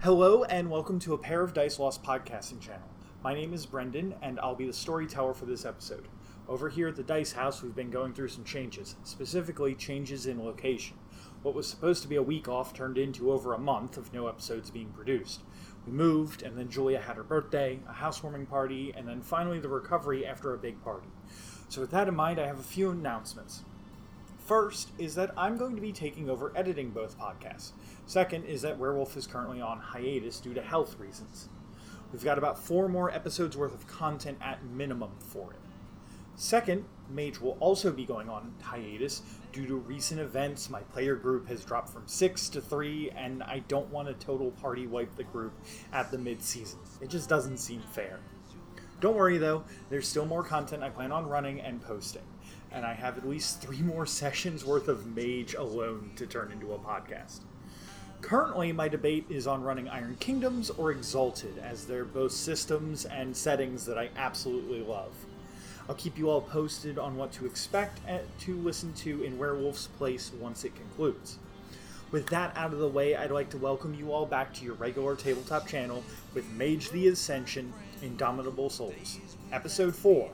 Hello, and welcome to a Pair of Dice Lost podcasting channel. My name is Brendan, and I'll be the storyteller for this episode. Over here at the Dice House, we've been going through some changes, specifically changes in location. What was supposed to be a week off turned into over a month of no episodes being produced. We moved, and then Julia had her birthday, a housewarming party, and then finally the recovery after a big party. So, with that in mind, I have a few announcements. First is that I'm going to be taking over editing both podcasts. Second is that Werewolf is currently on hiatus due to health reasons. We've got about four more episodes worth of content at minimum for it. Second, Mage will also be going on hiatus due to recent events. My player group has dropped from six to three, and I don't want to total party wipe the group at the mid season. It just doesn't seem fair. Don't worry though, there's still more content I plan on running and posting. And I have at least three more sessions worth of Mage alone to turn into a podcast. Currently, my debate is on running Iron Kingdoms or Exalted, as they're both systems and settings that I absolutely love. I'll keep you all posted on what to expect and to listen to in Werewolf's Place once it concludes. With that out of the way, I'd like to welcome you all back to your regular tabletop channel with Mage the Ascension Indomitable Souls, Episode 4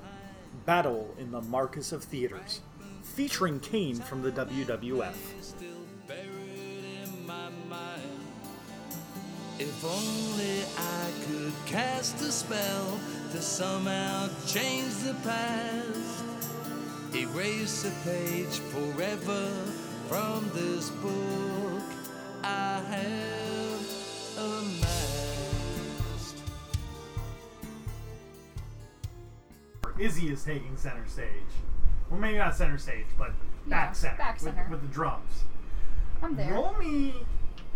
Battle in the Marcus of Theaters, featuring Kane from the WWF. still buried in my mind. If only I could cast a spell to somehow change the past, erase a page forever from this book I have amassed. Izzy is taking center stage. Well, maybe not center stage, but back Yeah, center, back with- center. With, the drums. I'm there. Roll me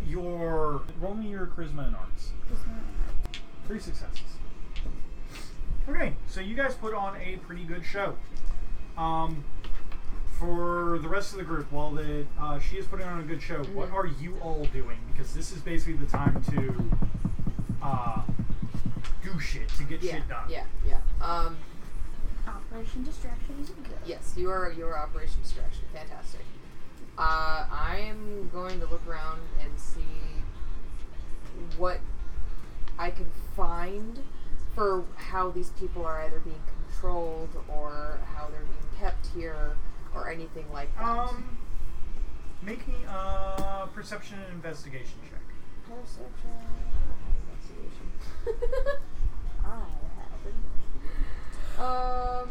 your roll me your charisma and arts. Three successes. Okay, so you guys put on a pretty good show. Um, for the rest of the group, while the uh, she is putting on a good Mm-hmm. show, what are you all doing? Because this is basically the time to uh, do shit to get Yeah, shit done. yeah, yeah. Um, Operation Distraction is good. yes, you are you are Operation Distraction. Fantastic. Uh, I am going to look around and see what I can find for how these people are either being controlled or how they're being kept here or anything like that. Um, make me a perception and investigation check. Perception. I don't have investigation. I Um,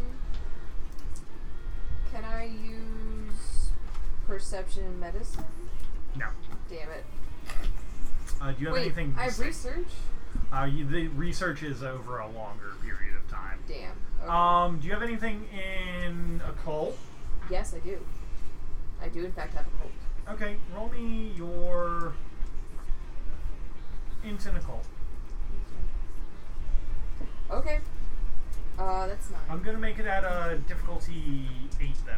can I use perception and medicine? No. Damn it. Uh, do you have Wait, anything? I have research? uh, you, the research is over a longer period of time. Damn. Oh, Okay. Um, do you have anything in occult? yes, I do. I do, in fact, have a cold. Okay, roll me your into occult. Okay. Uh, that's 9 I'm gonna make it at a difficulty eight though,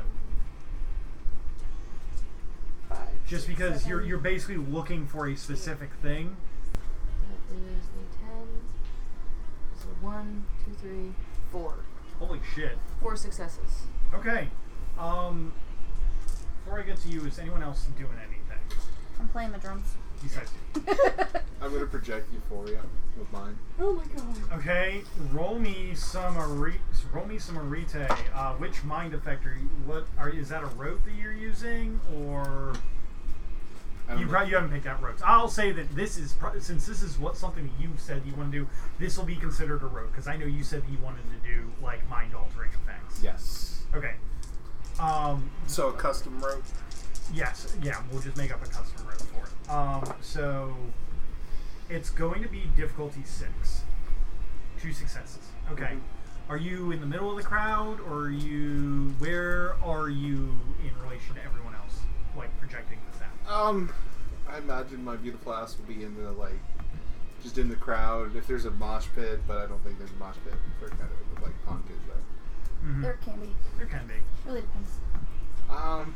Five. just because you're you're basically looking for a specific thing. That is a 10. So one, two, three, four. Holy shit. Four successes. Okay. Um, before I get to you, is anyone else doing anything I'm playing the drums. besides you? I'm gonna project euphoria with mine. Oh my god. Okay, roll me some are- roll me some arete. Uh, which mind effect are you? What are is that a rope that you're using, or I don't you know. probably you haven't picked out ropes? I'll say that this is pro- since this is what something that you said you want to do. This will be considered a rope because I know you said that you wanted to do like mind altering effects. Yes. Okay. Um, So a custom rope. Yes, yeah, we'll just make up a custom room for it. Um, so it's going to be difficulty six. Two successes. Okay. Mhm. Are you in the middle of the crowd or are you where are you in relation to everyone else? Like projecting this out. Um, I imagine my beautiful ass will be in the like, just in the crowd. If there's a mosh pit, but I don't think there's a mosh pit. They're kind of like punked there. Mhm. There can be. There can be. Really depends. Um,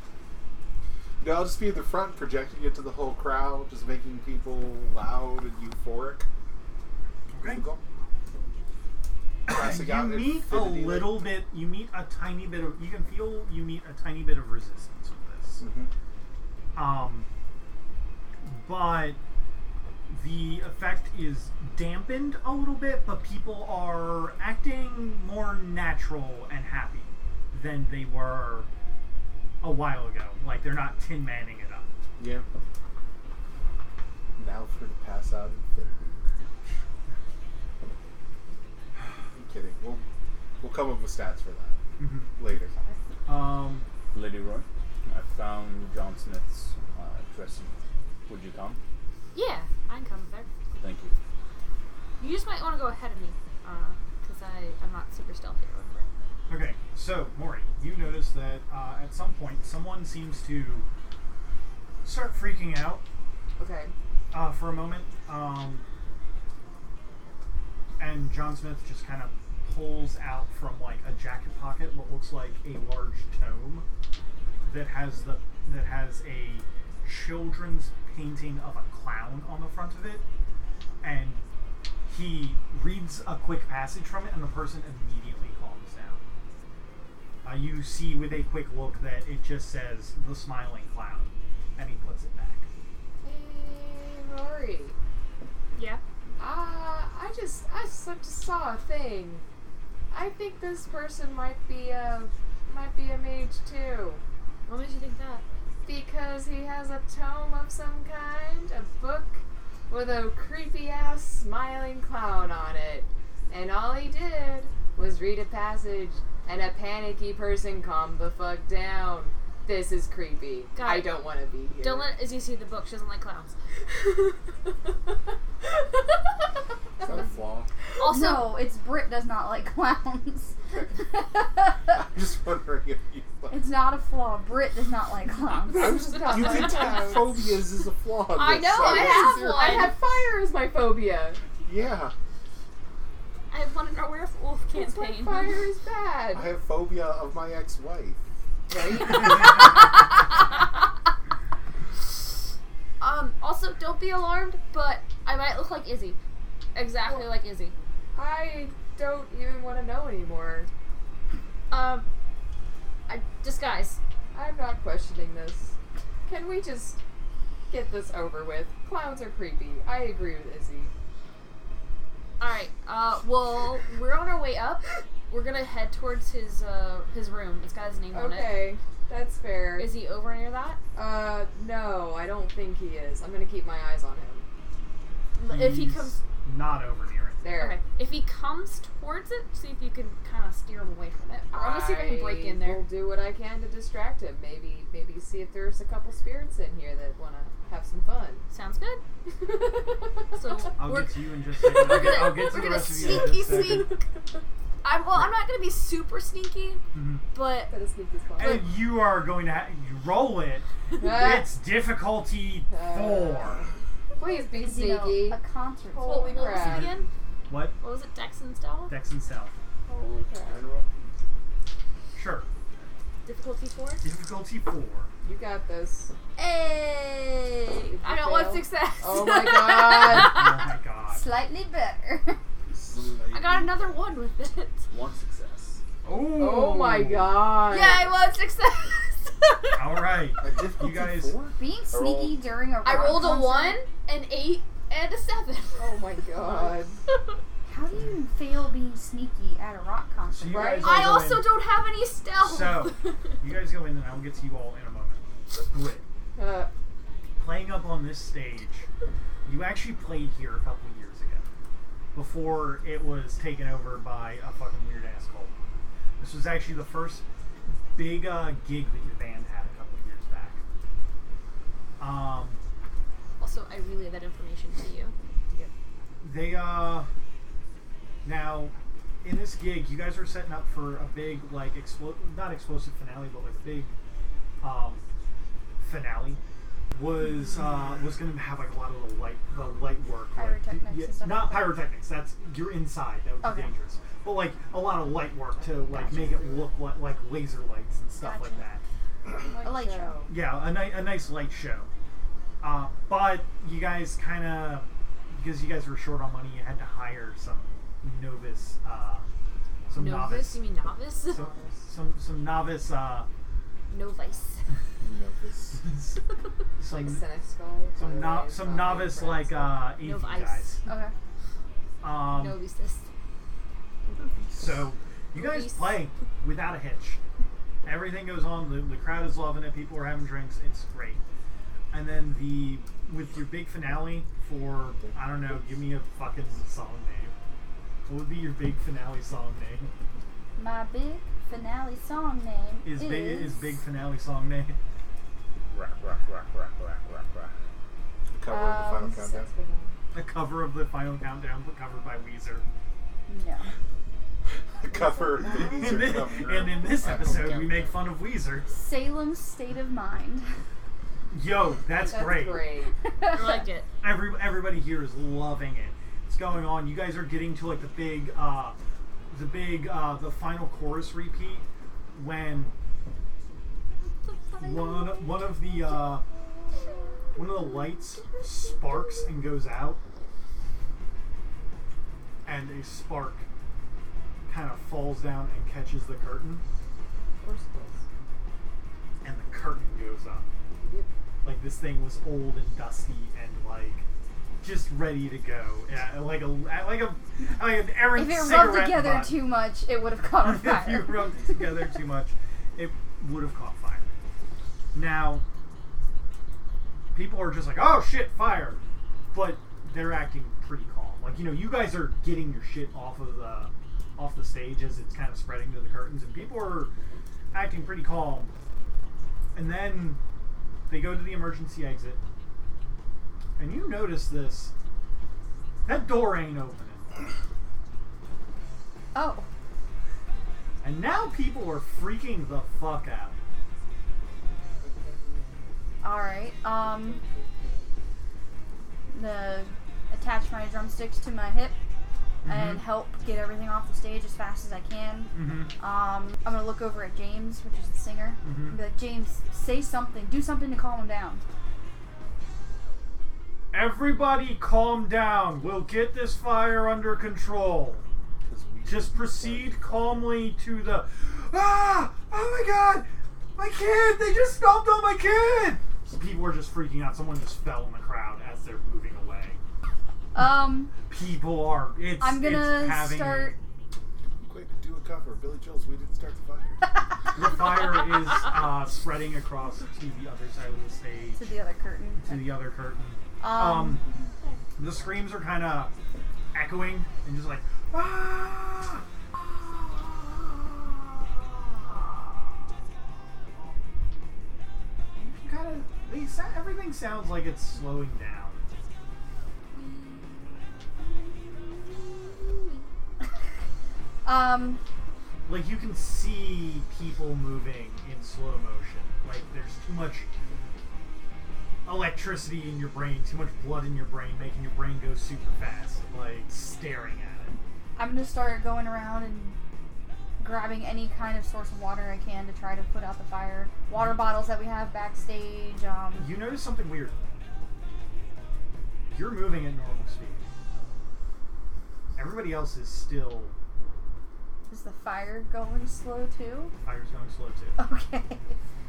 no, I'll just be at the front, projecting it to the whole crowd, just making people loud and euphoric. Okay. Go. Classic you out meet a infinity, like- little bit you meet a tiny bit of you can feel you meet a tiny bit of mm-hmm. Hmm. resistance with this. Mhm. Um, but the effect is dampened a little bit, but people are acting more natural and happy than they were a while ago. Like they're not Tin Manning it up. Yeah. Now for the pass out infinity. I'm kidding. We'll we'll come up with stats for that later. Um, Lady Roy, I found John Smith's uh, dressing. room. Would you come? Yeah, I can come there. Thank you. You just might want to go ahead of me, because I I'm not super stealthy or whatever. okay, so Maury, you notice that uh, at some point someone seems to start freaking out Okay. uh, for a moment. Um, and John Smith just kind of pulls out from like a jacket pocket what looks like a large tome that has the that has a children's painting of a clown on the front of it, and he reads a quick passage from it, and the person immediately calms down. Uh, you see with a quick look that it just says the smiling clown, and he puts it back. Hey, Rory. Yeah. Uh, I just I sup- saw a thing. I think this person might be a might be a mage too, What makes you think that? because he has a tome of some kind, a book with a creepy ass smiling clown on it, and all he did was read a passage, and a panicky person calmed the fuck down. This is creepy. Got I it. don't want to be here. Don't let Izzy see the book. She doesn't like clowns. Is that a flaw? Also, no, it's Brit does not like clowns. I'm just wondering if you. it's not a flaw. Brit does not like clowns. I'm just, you can tag phobias as a flaw. in I this. know, Sorry, I this have is your- one. I have fire as my phobia. Yeah, I have one in our werewolf That's why campaign. fire is I bad. have phobia of my ex-wife. um. Also, don't be alarmed, but I might look like Izzy. Exactly like Izzy. I don't even want to know anymore. Um. I disguise. I'm not questioning this. Can we just get this over with? Clowns are creepy. I agree with Izzy. All right. Uh. Well, we're on our way up. We're gonna head towards his uh his room. It's got his name on it. Okay, that's fair. Is he over near that? Uh, no, I don't think he is. I'm gonna keep my eyes on him. If he He's comes. not over near it. There. Okay. If he comes towards it, see if you can kind of steer him away from it. I'm gonna see if I can break in will there. do what I can to distract him. Maybe, maybe see if there's a couple spirits in here that wanna have some fun. Sounds good. So I'll we're get to you in just a second. I'll get, I'll get to the we're gonna rest of you in sneaky just a second. sneak. I'm well. I'm not gonna be super sneaky, Mhm. but Gotta sneak this one. And you are going to ha- you roll it. Uh, Ah. It's difficulty four. Please be You know, sneaky. a concert. Holy what was it crap. again? What? What was it? Dex and Stella? Dex and South. Holy crap. Sure. Difficulty four. Difficulty four. You got this. Hey, I don't want fail. success. Oh my god. Oh my god. slightly better. I got another one with it. One success. Ooh. Oh my god. Yeah, I want success. All right. A difficulty You guys- four? Being rolled- sneaky during a I rock rolled a concert? one, an eight, and a seven. Oh my god. How do you fail being sneaky at a rock So concert? you Right. guys all I go also in. don't have any stealth. So you guys go in, and I will get to you all in a moment. Wait. Uh, playing up on this stage, you actually played here a couple years ago before it was taken over by a fucking weird ass cult. This was actually the first big uh, gig that your band had a couple years back. Um, also, I relay that information to you. they uh, now in this gig, you guys were setting up for a big like explo- not explosive finale, but like big um, finale was uh, was going to have like a lot of the light the light work, like, Pyrotechnics and stuff not like that? pyrotechnics. That's you're inside. That would be Okay. dangerous. But like a lot of light work to like make it look like like laser lights and stuff like Gotcha. that. A light show. Yeah, a, ni- a nice light show. Uh, but you guys kind of, because you guys were short on money, you had to hire some novice, uh, some novice, Novice? You mean novice? some some, some novice uh, Novice. Novice. like Some Senex skull. some, no, some novice like uh, AP Nov guys. Ice. Okay. Um, no Vistas. So you guys Nice. play without a hitch. Everything goes on. The, the crowd is loving it. People are having drinks. It's great. And then the with your big finale for I don't know. Give me a fucking song name. What would be your big finale song name? My big finale song name Is is big is big finale song name? Rack, rack, rack, rack, rack, rack, rack. Cover of the final Um, countdown. A cover of the Final Countdown, but covered by Weezer. No. cover. These And, are thi- cover. and in this episode, we make fun of Weezer. Salem's State of Mind. Yo, that's, That's great. great. I like it. every everybody here is loving it. It's going on. You guys are getting to like the big, uh, the big, uh, the final chorus repeat when one one of the uh, one of the lights sparks and goes out, and a spark kind of falls down and catches the curtain, Of course it and the curtain goes up. does. Yep. like this thing was old and dusty and like just ready to go. Yeah, like a like a like an errant if it cigarette rubbed together butt. too much, it would have caught on fire. if you rubbed it together too much, it would have caught fire. Now, people are just like, "Oh shit, fire!" But they're acting pretty calm. Like you know, you guys are getting your shit off of the off the stage as it's kind of spreading to the curtains, and people are acting pretty calm. And then they go to the emergency exit, and you notice this. That door ain't opening. oh, And now people are freaking the fuck out. all right. Um, the attach my drumsticks to my hip and help get everything off the stage as fast as I can. Mm-hmm. Um, I'm gonna look over at James, which is the singer, Mhm. and be like, James, say something, do something to calm him down. Everybody calm down. We'll get this fire under control. Just proceed calmly to the. Ah! Oh my god! My kid! They just stomped on my kid! So people are just freaking out. Someone just fell in the crowd as they're moving away. Um, People are. It's, I'm it's gonna having start. Quick, do a cover. Billy Joel's We Didn't Start the Fire. The fire is uh, spreading across to the other side of the stage. To the other curtain. to the other curtain. Um, Um, the screams are kind of echoing and just like ah. Kind of, they sa- everything sounds like it's slowing down. Um, Like you can see people moving in slow motion. Like there's too much electricity in your brain, too much blood in your brain, making your brain go super fast. Like staring at it. I'm gonna start going around and grabbing any kind of source of water I can to try to put out the fire. Water bottles that we have backstage. Um, You notice something weird. You're moving at normal speed. Everybody else is still. is the fire going slow too? Fire's going slow too. Okay.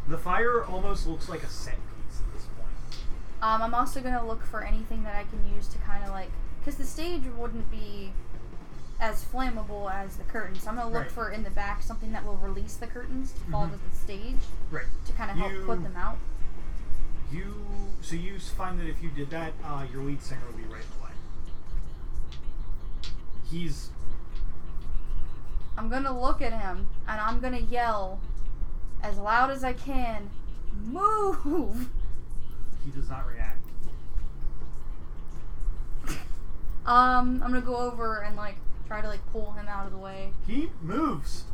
The fire almost looks like a set piece at this point. Um, I'm also gonna look for anything that I can use to kind of like, cause the stage wouldn't be as flammable as the curtains. So I'm gonna look Right. for in the back something that will release the curtains to fall Mhm. to the stage Right. to kind of help You- put them out. You. So you s- find that if you did that, uh, your lead singer would be right in the way. He's. I'm gonna look at him and I'm gonna yell as loud as I can, move. He does not react. Um, I'm gonna go over and like try to like pull him out of the way He moves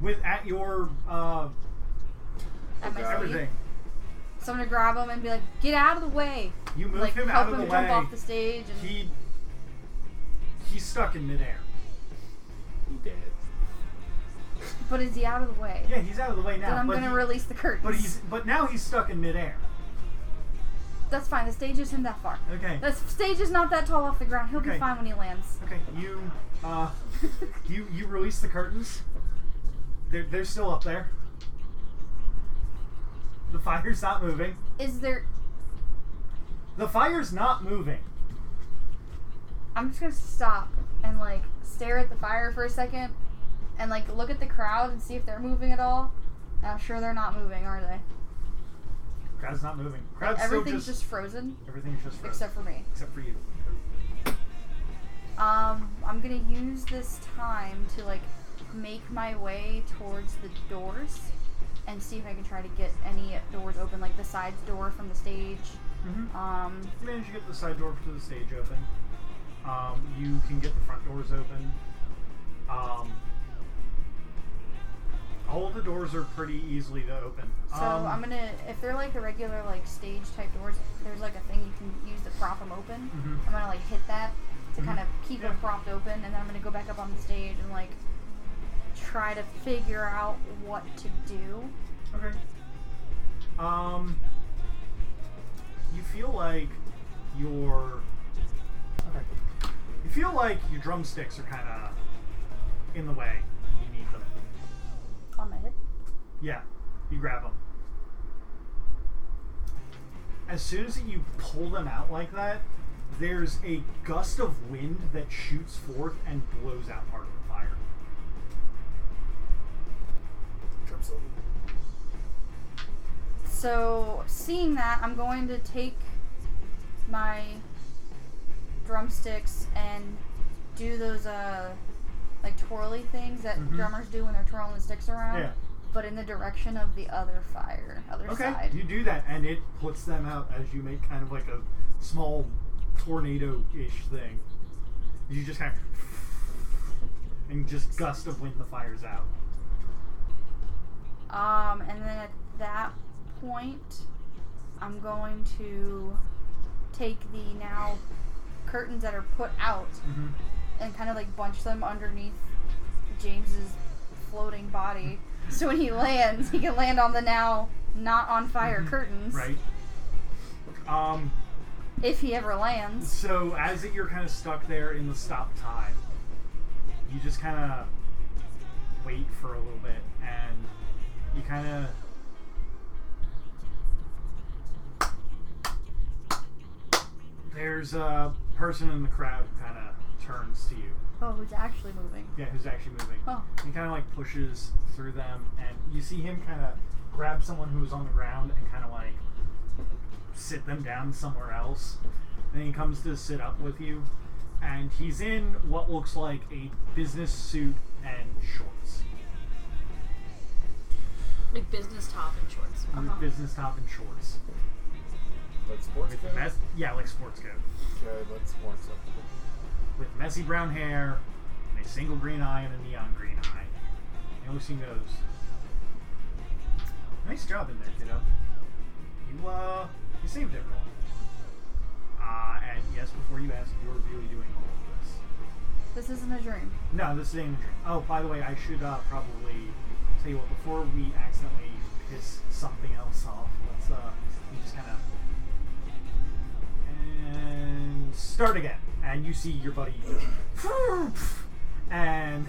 with at your uh, at my Okay. sleeve. everything. So I'm gonna grab him and be like, "Get out of the way!" You move like him help out of him the jump way. off the stage. And He he's stuck in midair. He dead. but is he E out of the way? Yeah, he's out of the way now. then I'm but gonna he- release the curtains. But he's but now he's stuck in midair. that's fine. The stage isn't that far. Okay. The stage is not that tall off the ground. He'll Okay. be fine when he lands. Okay. You uh you you release the curtains. They're they're still up there. The fire's not moving. Is there? The fire's not moving. I'm just gonna stop and like stare at the fire for a second, and like look at the crowd and see if they're moving at all. And I'm sure they're not moving, are they? Crowd's not moving. Crowd's still Everything's just, just, frozen everything's just frozen. except for me. except for you. Um, I'm gonna use this time to like make my way towards the doors and see if I can try to get any doors open, like the side door from the stage. Mm-hmm. Um, You manage to get the side door to the stage open. Um, you can get the front doors open. Um, all the doors are pretty easily to open. so um, I'm gonna, if they're like the regular like stage type doors, there's like a thing you can use to prop them open. Mhm. I'm gonna like hit that to Mhm. kind of keep Yeah. them propped open, and then I'm gonna go back up on the stage and like try to figure out what to do. Okay. Um, you feel like your. Okay. You feel like your drumsticks are kind of in the way. You need them. On my head. Yeah, you grab them. As soon as you pull them out like that, there's a gust of wind that shoots forth and blows out part of the fire. Trips over. So, seeing that, I'm going to take my drumsticks and do those uh like twirly things that Mhm. drummers do when they're twirling the sticks around, Yeah. but in the direction of the other fire, other Okay, side. you do that, and it puts them out as you make kind of like a small tornado-ish thing. You just kind of and just gust of wind the fires out. Um, and then at that point, I'm going to take the now curtains that are put out Mm-hmm. and kind of like bunch them underneath James's floating body. So when he lands, he can land on the now not on fire curtains. Right. Um. If he ever lands. So as it, you're kind of stuck there in the stop time, you just kind of wait for a little bit, and you kind of. There's a person in the crowd who kind of turns to you. Oh, he's actually moving. Yeah, who's actually moving. Oh. He kind of like pushes through them, and you see him kind of grab someone who was on the ground and kind of like sit them down somewhere else. Then he comes to sit up with you, and he's in what looks like a business suit and shorts. Like business top and shorts. Uh-huh. Business top and shorts. Like sports With coat? mess- yeah, like sports coat. Okay, that's more acceptable. With messy brown hair, and a single green eye, and a neon green eye. And looks and goes, Nice job in there, kiddo. You, uh, you saved everyone. Uh, and yes, before you ask, you're really doing all of this. This isn't a dream. No, this is imagery. Oh, by the way, I should uh, probably tell you what. Before we accidentally piss something else off, let's uh, we just kind of and start again. And you see your buddy, and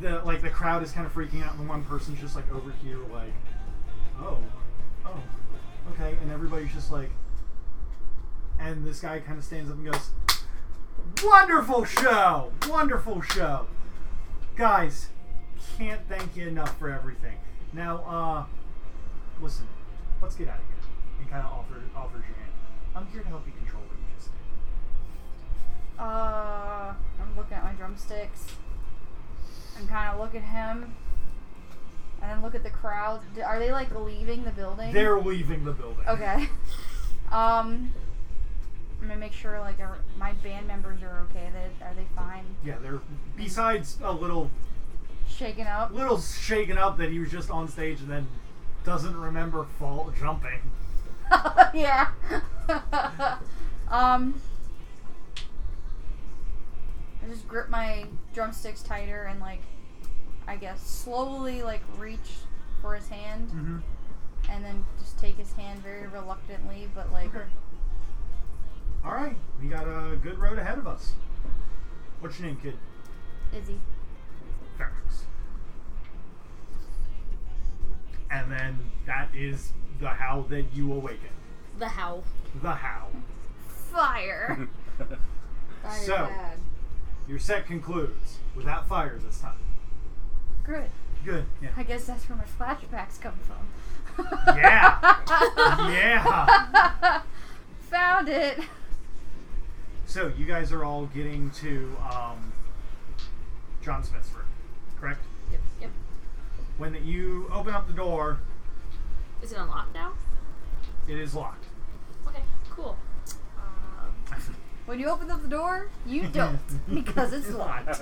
the like the crowd is kind of freaking out, and one person's just like over here, like, oh, oh, okay, and everybody's just like, and this guy kind of stands up and goes. Wonderful show! Wonderful show! Guys, can't thank you enough for everything. Now, uh, listen, let's get out of here. And kind of offer, offers your hand. I'm here to help you control what you just did. Uh, I'm looking at my drumsticks. And kind of look at him. And then look at the crowd. D- Are they like leaving the building? They're leaving the building. Okay. Um, I'm gonna make sure like every- my band members are okay. They, are they fine? Yeah, they're, besides a little, Shaken up. little shaken up that he was just on stage and then doesn't remember fall jumping. yeah. um, I just grip my drumsticks tighter and like, I guess slowly like reach for his hand Mm-hmm. and then just take his hand very reluctantly, but like, Okay. Alright, we got a good road ahead of us. What's your name, kid? Izzy. Facts. And then that is the how that you awaken. The how. The how. Fire. Fire So. bad. Your set concludes without fire this time. Good. Good. Yeah. I guess that's where my flashbacks come from. Yeah. yeah. Found it. So you guys are all getting to um, John Smith's room, correct? Yep. yep. When you open up the door, Is it unlocked now? it is locked. Okay, cool. Um, When you open up the door, you don't because it's locked.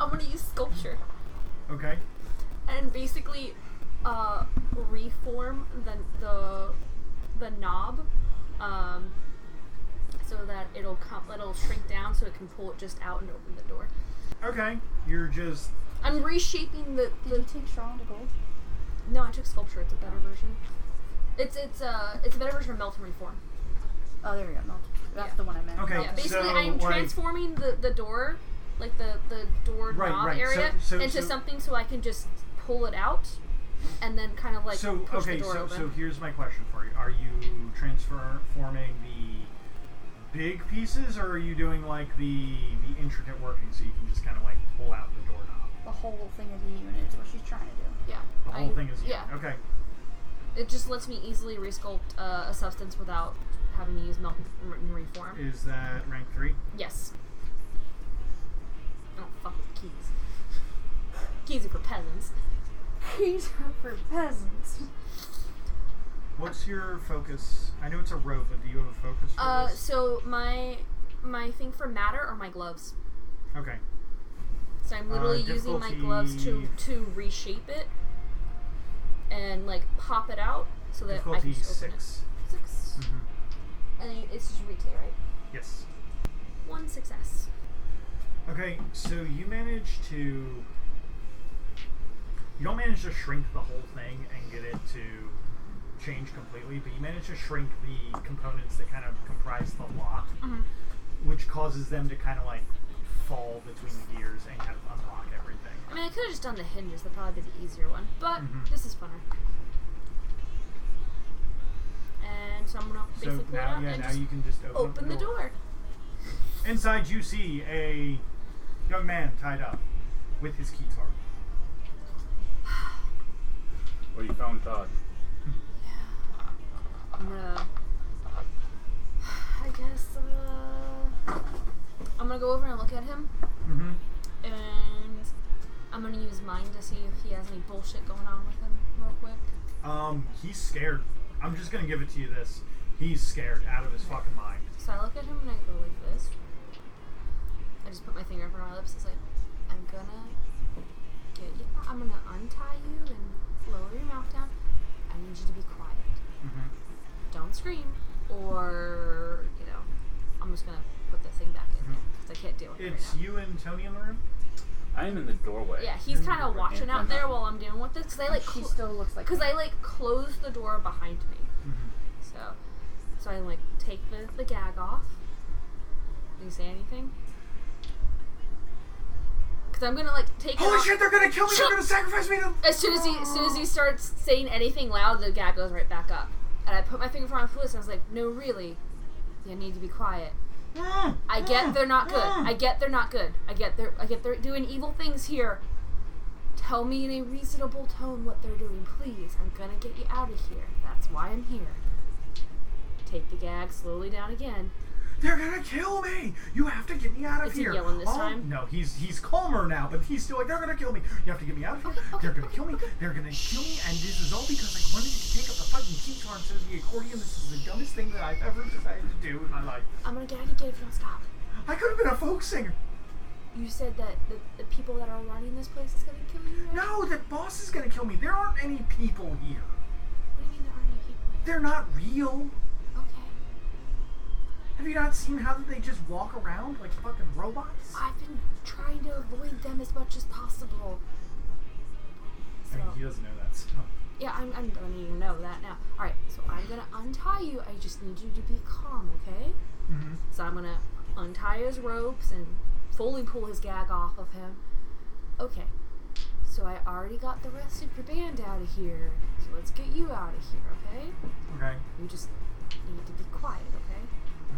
I'm gonna use sculpture Okay. and basically uh, reform the the the knob um, so that it'll come it'll shrink down so it can pull it just out and open the door. Okay. You're just I'm reshaping the, Did the you take Strong to gold? no I took sculpture. It's a better version. It's it's uh it's a better version of melt and reform. Oh, there we go. No, that's Yeah. the one I meant. Okay. Yeah, basically, So, I'm like- transforming the, the door, like the, the door Right, knob right. So- area, so- into so- something so I can just pull it out and then kind of like so push okay. the door so open. so here's my question for you: Are you transforming the big pieces, or are you doing like the the intricate working so you can just kind of like pull out the doorknob? The whole thing is a unit is what she's trying to do. yeah. The whole I- thing is Yeah. Okay. It just lets me easily resculpt uh, a substance without having to use melt and re- and reform. Is that rank three? Yes. Oh, fuck with keys. Keys are for peasants. He's for peasants. What's your focus? I know it's a rope, but do you have a focus? For Uh, this? so my my thing for matter are my gloves. Okay. So I'm literally Uh, using my gloves to difficulty- to reshape it and like pop it out so that I Difficulty can just open six. it. Six. Mhm. And then it's just retail, right? Yes. One success. Okay, so you manage to. You don't manage to shrink the whole thing and get it to change completely, but you manage to shrink the components that kind of comprise the lock, Mhm. which causes them to kind of like fall between the gears and kind of unlock everything. I mean, I could have just done the hinges. That probably be the easier one, but Mhm. this is funner. And so I'm gonna So basically pull it now, out yeah, and now just you can just open, up open the door. Inside, you see a young man tied up with his keytar. Well, Oh, you found uh, Todd. I'm gonna. I guess uh, I'm gonna go over and look at him. Mm-hmm. and I'm gonna use mine to see if he has any bullshit going on with him real quick. Um, he's scared. I'm just gonna give it to you this. He's scared out of his fucking mind. So I look at him and I go like this. I just put my finger in front of my lips. It's like, I'm gonna get you. I'm gonna untie you and lower your mouth down. I need you to be quiet. Mm-hmm. Don't scream, or you know, I'm just gonna put the thing back in there because I can't deal with it Mm-hmm. It's right you and Tony in the room? I'm in the doorway. now. Yeah, he's kind of Right watching hand out on there that. while I'm dealing with this because I like she clo- still looks like. because I like close the door behind me. Mm-hmm. So, so I like take the, the gag off. Do you say anything? Cause I'm gonna like take. it off. they're gonna kill me! Shut- sacrifice me to. As soon as he, as soon as he starts saying anything loud, the gag goes right back up. And I put my finger in front of his lips, and I was like, "No, really, you need to be quiet. Mm, I get mm, they're not good. mm. I get they're not good. I get they're I get they're doing evil things here. Tell me in a reasonable tone what they're doing, please. I'm gonna get you out of here. That's why I'm here. Take the gag slowly down again. They're gonna kill me! You have to get me out of Is he here! yelling this Oh, time? No, he's he's calmer now, but he's still like, they're gonna kill me! You have to get me out of here! Okay, okay, they're gonna okay, kill me! okay. They're gonna kill me! And this is all because I wanted to take up the fucking keytar instead of the accordion. This is the dumbest thing that I've ever decided to do in my life. I'm gonna get out of here if you don't stop. I could have been a folk singer! You said that the, the people that are running this place is gonna kill you. right? No, that boss is gonna kill me. There aren't any people here. What do you mean there aren't any people? They're not real. Okay. Have you not seen how they just walk around like fucking robots? I've been trying to avoid them as much as possible. So. doesn't know that. So. Yeah, I'm, I'm gonna need to know that now. Alright, so I'm gonna untie you. I just need you to be calm, okay? Mm-hmm. So I'm gonna untie his ropes and fully pull his gag off of him. Okay. So I already got the rest of your band out of here. So let's get you out of here, okay? Okay. You just need to be quiet, okay?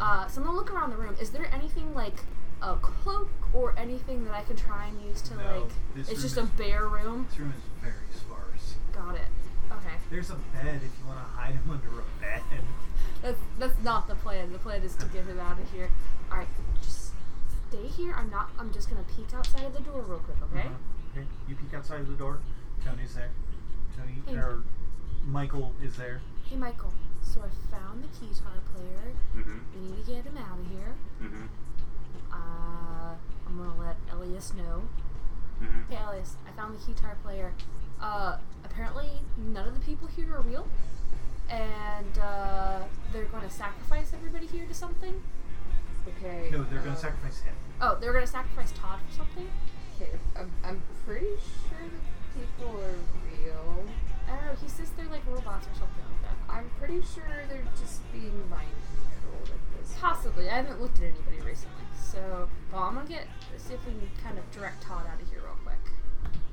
Uh, so I'm gonna look around the room. Is there anything like a cloak or anything that I can try and use to No, like? this It's room just is- a bare room. This room is very sparse. Got it. Okay. There's a bed if you want to hide him under a bed. That's that's not the plan. The plan is to get him out of here. All right, just stay here. I'm not. I'm just gonna peek outside of the door real quick, okay? Uh-huh. Okay. You peek outside of the door. Tony's there. Tony Hey. or Michael is there. Hey, Michael. So I found the guitar player. Mm-hmm. We need to get him out of here. Mm-hmm. Uh, I'm gonna let Elias know. Mm-hmm. Hey, Elias. I found the guitar player. Uh, apparently none of the people here are real, and uh, they're gonna sacrifice everybody here to something. Okay. No, they're going uh, to sacrifice him. Oh, they're gonna sacrifice Todd for something. Okay, I'm, I'm pretty sure that people are real. I don't know. He says they're like robots or something like that. I'm pretty sure they're just being mind controlled at this. Possibly. I haven't looked at anybody recently. So, well, I'm gonna get see if we can kind of direct Todd out of here real quick.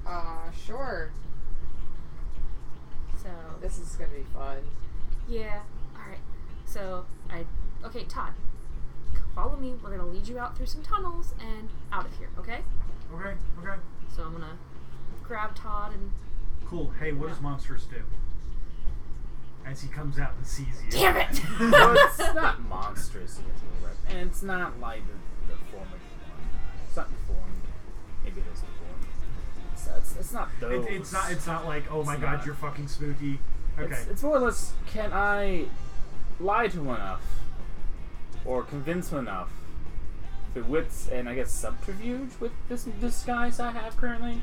Uh, sure. So, This is gonna be fun. yeah. All right. So, I okay, Todd, follow me. We're gonna lead you out through some tunnels and out of here. Okay. Okay. Okay. So I'm gonna grab Todd and Cool. Hey, what does monsters do? As he comes out and sees you. damn it. well, it's not monstrous he gets a little bit. And it's not like the, the form of one. It's not deformed. Maybe it is deformed. It's, it's, it's not those. It, it's not. It's not like, oh my It's god, not. you're fucking spooky. Okay. It's, it's more or less can I lie to him enough or convince him enough through wits and I guess subterfuge with this disguise I have currently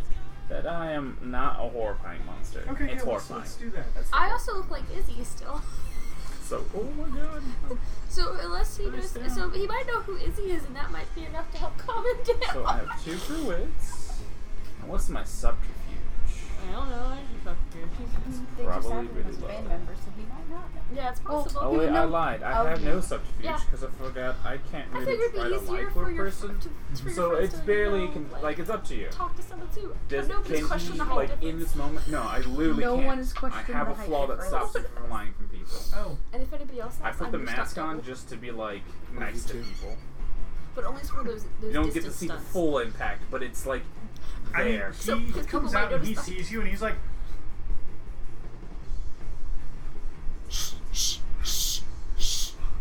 that I am not a horrifying monster. okay. yeah, it's let's, horrifying. let's do that. That's I also look like Izzy still. so oh my god. So unless he Let me knows, stand. so he might know who Izzy is, and that might be enough to help calm him down. so I have two for wits. And what's my subterfuge? I don't know. I should fuck you. They just Probably have him really as a band low. member, so he might not. know. Yeah, it's Well, possible. Oh wait, I no. lied. I Oh, have yeah. no subterfuge Yeah. because I forgot I can't I really I figured it'd don't be easier like for for a your, person. to, for your So friends it's to barely know, con- like, like it's up to you. talk to someone too. Does, but nobody's can questioned he, the whole like in difference. this moment? No, I literally No can't. one is questioning I have the a height flaw that difference. stops me from lying from people. Oh. and if anybody else, I asks, put I'm the just mask not on gonna- just to be like Oh, nice you to too. people. but only for those those You don't get distance to see the stunts. full impact, but it's like I mean, there. he So, 'cause people comes might out and he notice that. sees you, and he's like,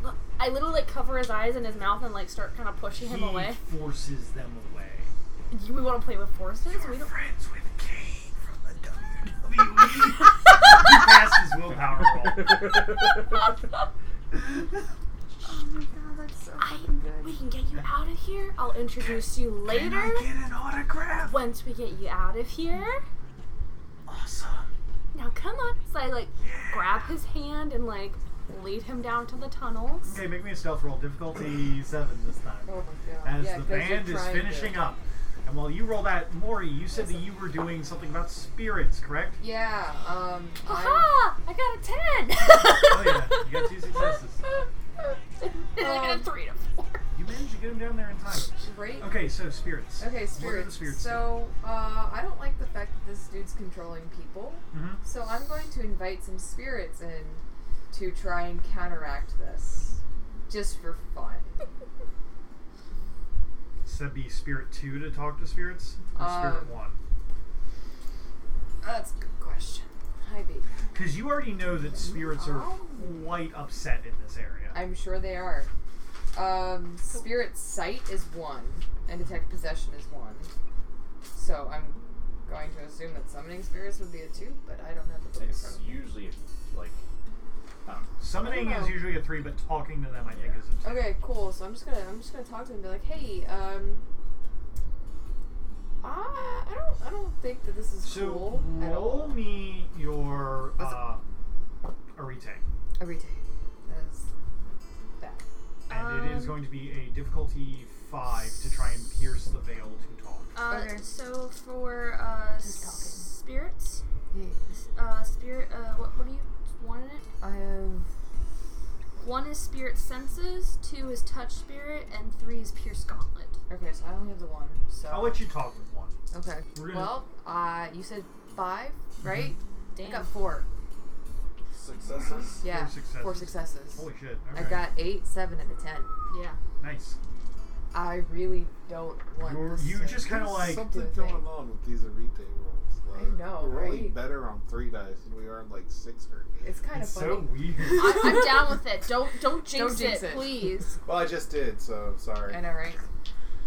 Look, I literally like cover his eyes and his mouth and like start kind of pushing him he away. forces them away. You- We want to play with forces. We don't. friends with Kane from the WWE. he passes willpower roll. Oh my god, that's so I, fucking we good. can get you out of here. I'll introduce you later an autograph. once we get you out of here. Awesome. Now come on. So I like grab his hand and like lead him down to the tunnels. Okay, make me a stealth roll. Difficulty seven this time. Oh my god. As yeah, the 'cause you're band is trying to- finishing up, and while you roll that, Maury, you said that you were doing something about spirits, correct? Yeah. Um. I'm- Aha! I got a ten. Oh yeah, you got two successes. I got a Um, three to four. You managed to get him down there in time. Right. Okay, so spirits. Okay, What are the spirits. spirits so, uh, I don't like the fact that this dude's controlling people. Mhm. So I'm going to invite some spirits in to try and counteract this, just for fun. Said be spirit two to talk to spirits, or Um, spirit one. That's a good question. Hi, baby. Because you already know that spirits are quite upset in this area. I'm sure they are. Um, spirit sight is one, and detect possession is one. So I'm going to assume that summoning spirits would be a two, but I don't have the book in front it's of me. usually like um, Summoning is know. usually a three, but talking to them, I think, Yeah. is a two. Okay, cool. So I'm just gonna I'm just gonna talk to him and be like, hey, um, I, I don't I don't think that this is So cool at roll all. me your What's- uh, arite, A retake. That is bad. and it is Um, going to be a difficulty five to try and pierce the veil to talk. Uh, Okay. So for uh, Just talking. spirits, Yeah. uh, spirit. Uh, what, what do you want in it? I have One is spirit senses, two is touch spirit, and three is pierce gauntlet. Okay, so I only have the one. So I'll let you talk with one. Okay. We're gonna- Mm-hmm. Well, uh, you said five, right? Damn. I got four. Successes. Yeah, successes. four successes. Holy shit. I Okay. got eight, seven, and a ten. Yeah. nice. I really don't want. You're- this you to- just kinda like- something Good going thing. on with these Arite rolls. Like, I know, we're only right? better on three dice than we are on like six or eight. It's kind of It's funny. so weird. I, I'm down with it. Don't don't jinx, Don't jinx it, it. please. Well, I just did, so sorry. I know, right?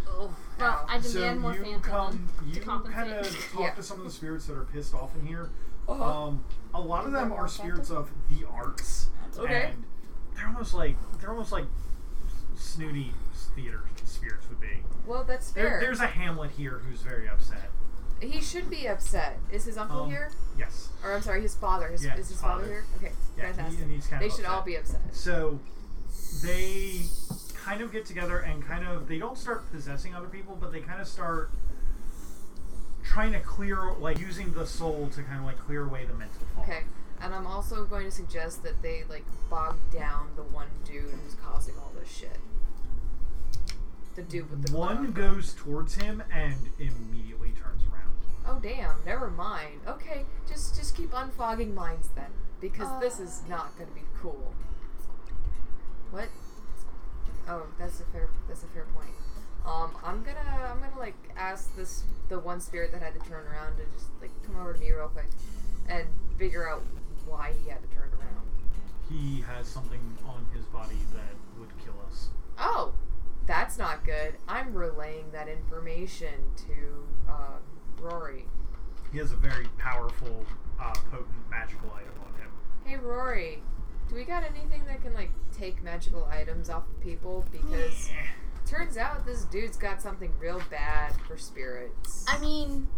Oh, well, Ow. I so demand more you fan come, you to kind compensate. of talk Yeah. to some of the spirits that are pissed off in here. Uh-huh. Um, a lot of Is there them more are spirits phantom? of the arts, Okay. and they're almost like they're almost like snooty theater spirits would be. Well, that's There, fair. there's a Hamlet here who's very upset. he should be upset. Is his uncle Um, here? Yes. Or I'm sorry, his father. His, Yeah, is his his father, father. here? Okay, Yeah, he- fantastic. and he's kind they of should all upset. be upset. So they kind of get together and kind of they don't start possessing other people, but they kind of start trying to clear like using the soul to kind of like clear away the mental fog. Okay, and I'm also going to suggest that they like bog down the one dude who's causing all this shit. The dude with the One clown. goes towards him and immediately turns around. Oh damn! Never mind. Okay, just just keep unfogging minds then, because this is not going to be cool. What? Oh, that's a fair that's a fair point. Um, I'm gonna I'm gonna like ask this the one spirit that had to turn around to just like come over to me real quick, and figure out why he had to turn around. He has something on his body that would kill us. Oh, that's not good. I'm relaying that information to um, Rory. He has a very powerful, uh, potent magical item on him. Hey, Rory, do we got anything that can, like, take magical items off of people? Because Yeah. turns out this dude's got something real bad for spirits. I mean,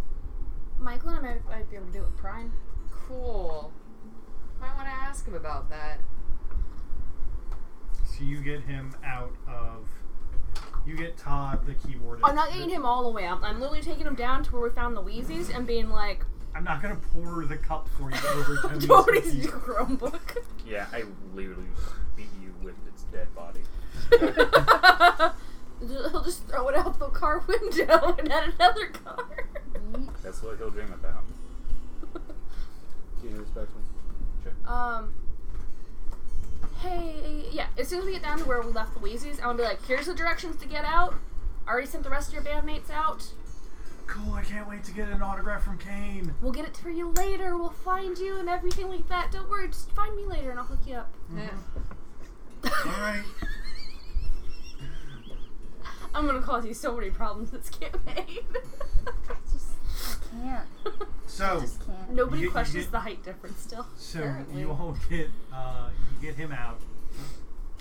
Michael and I might, might be able to do it. Prime. cool. Might want to ask him about that. So you get him out of. You get Todd, the keyboardist. I'm not getting him all the way out. I'm literally taking him down to where we found the Wheaties and being like, I'm not gonna pour the cup for you over Tony's. Tony's computer. your Chromebook. Yeah, I literally beat you with its dead body. He'll just throw it out the car window and at another car. That's what he'll dream about. Can you respect me? Um. Hey, yeah. As soon as we get down to where we left the Wheaties, I'm gonna be like, "Here's the directions to get out. I already sent the rest of your bandmates out. Cool, I can't wait to get an autograph from Kane. We'll get it for you later. We'll find you and everything like that. Don't worry. Just find me later, and I'll hook you up." Eh, Alright. I'm gonna cause you so many problems this campaign. Just I can't. So, Just can't. Nobody You- you questions did- the height difference. Still, so Apparently. you all get, uh, you get him out.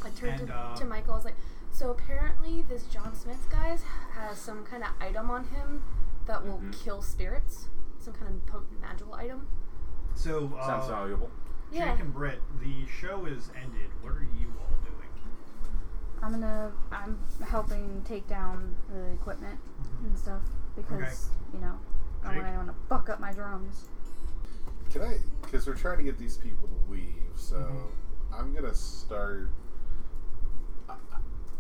I turned And, to, uh, to Michael. I was like, "So apparently, this John Smith guy has some kind of item on him that will Mm-hmm. Mhm. kill spirits. Some kind of potent magical item." So, uh, Oh. Sounds valuable. Jake and Britt, the show is ended. What are you all doing? I'm gonna. I'm helping take down the equipment and stuff because you know I Jake? want anyone to buck up my drums. Can I? Because we're trying to get these people to leave, so I'm gonna start. I,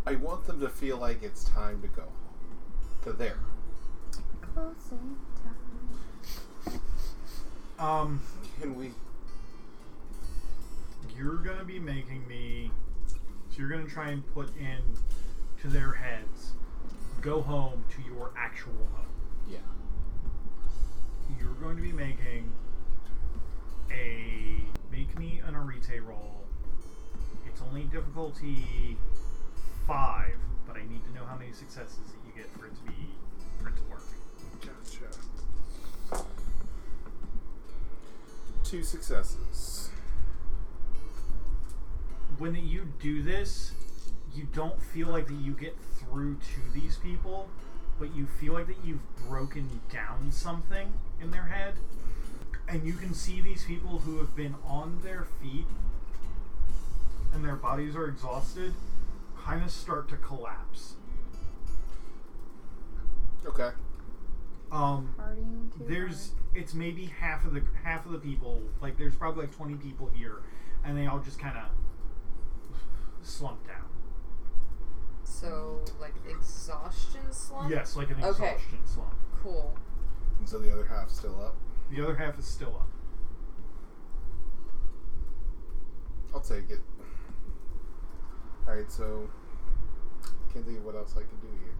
I want them to feel like it's time to go home, to their home. Closing time. Um, Can we? you're gonna be making me. So you're gonna try and put in to their heads. Go home to your actual home. Yeah. You're going to be making a make me an arite roll. It's only difficulty five, but I need to know how many successes that you get for it to be for it to work. Gotcha. Two successes. when you do this, you don't feel like that you get through to these people, but you feel like that you've broken down something in their head. And you can see these people who have been on their feet and their bodies are exhausted kind of start to collapse. Okay. Um, Partying too. there's it's maybe half of the half of the people like there's probably like 20 people here and they all just kind of slump down So, like, exhaustion slump? Yes, like an Okay. exhaustion slump. Cool. And so the other half's still up. The other half is still up. I'll take it. Alright, so. Can't think of what else I can do here.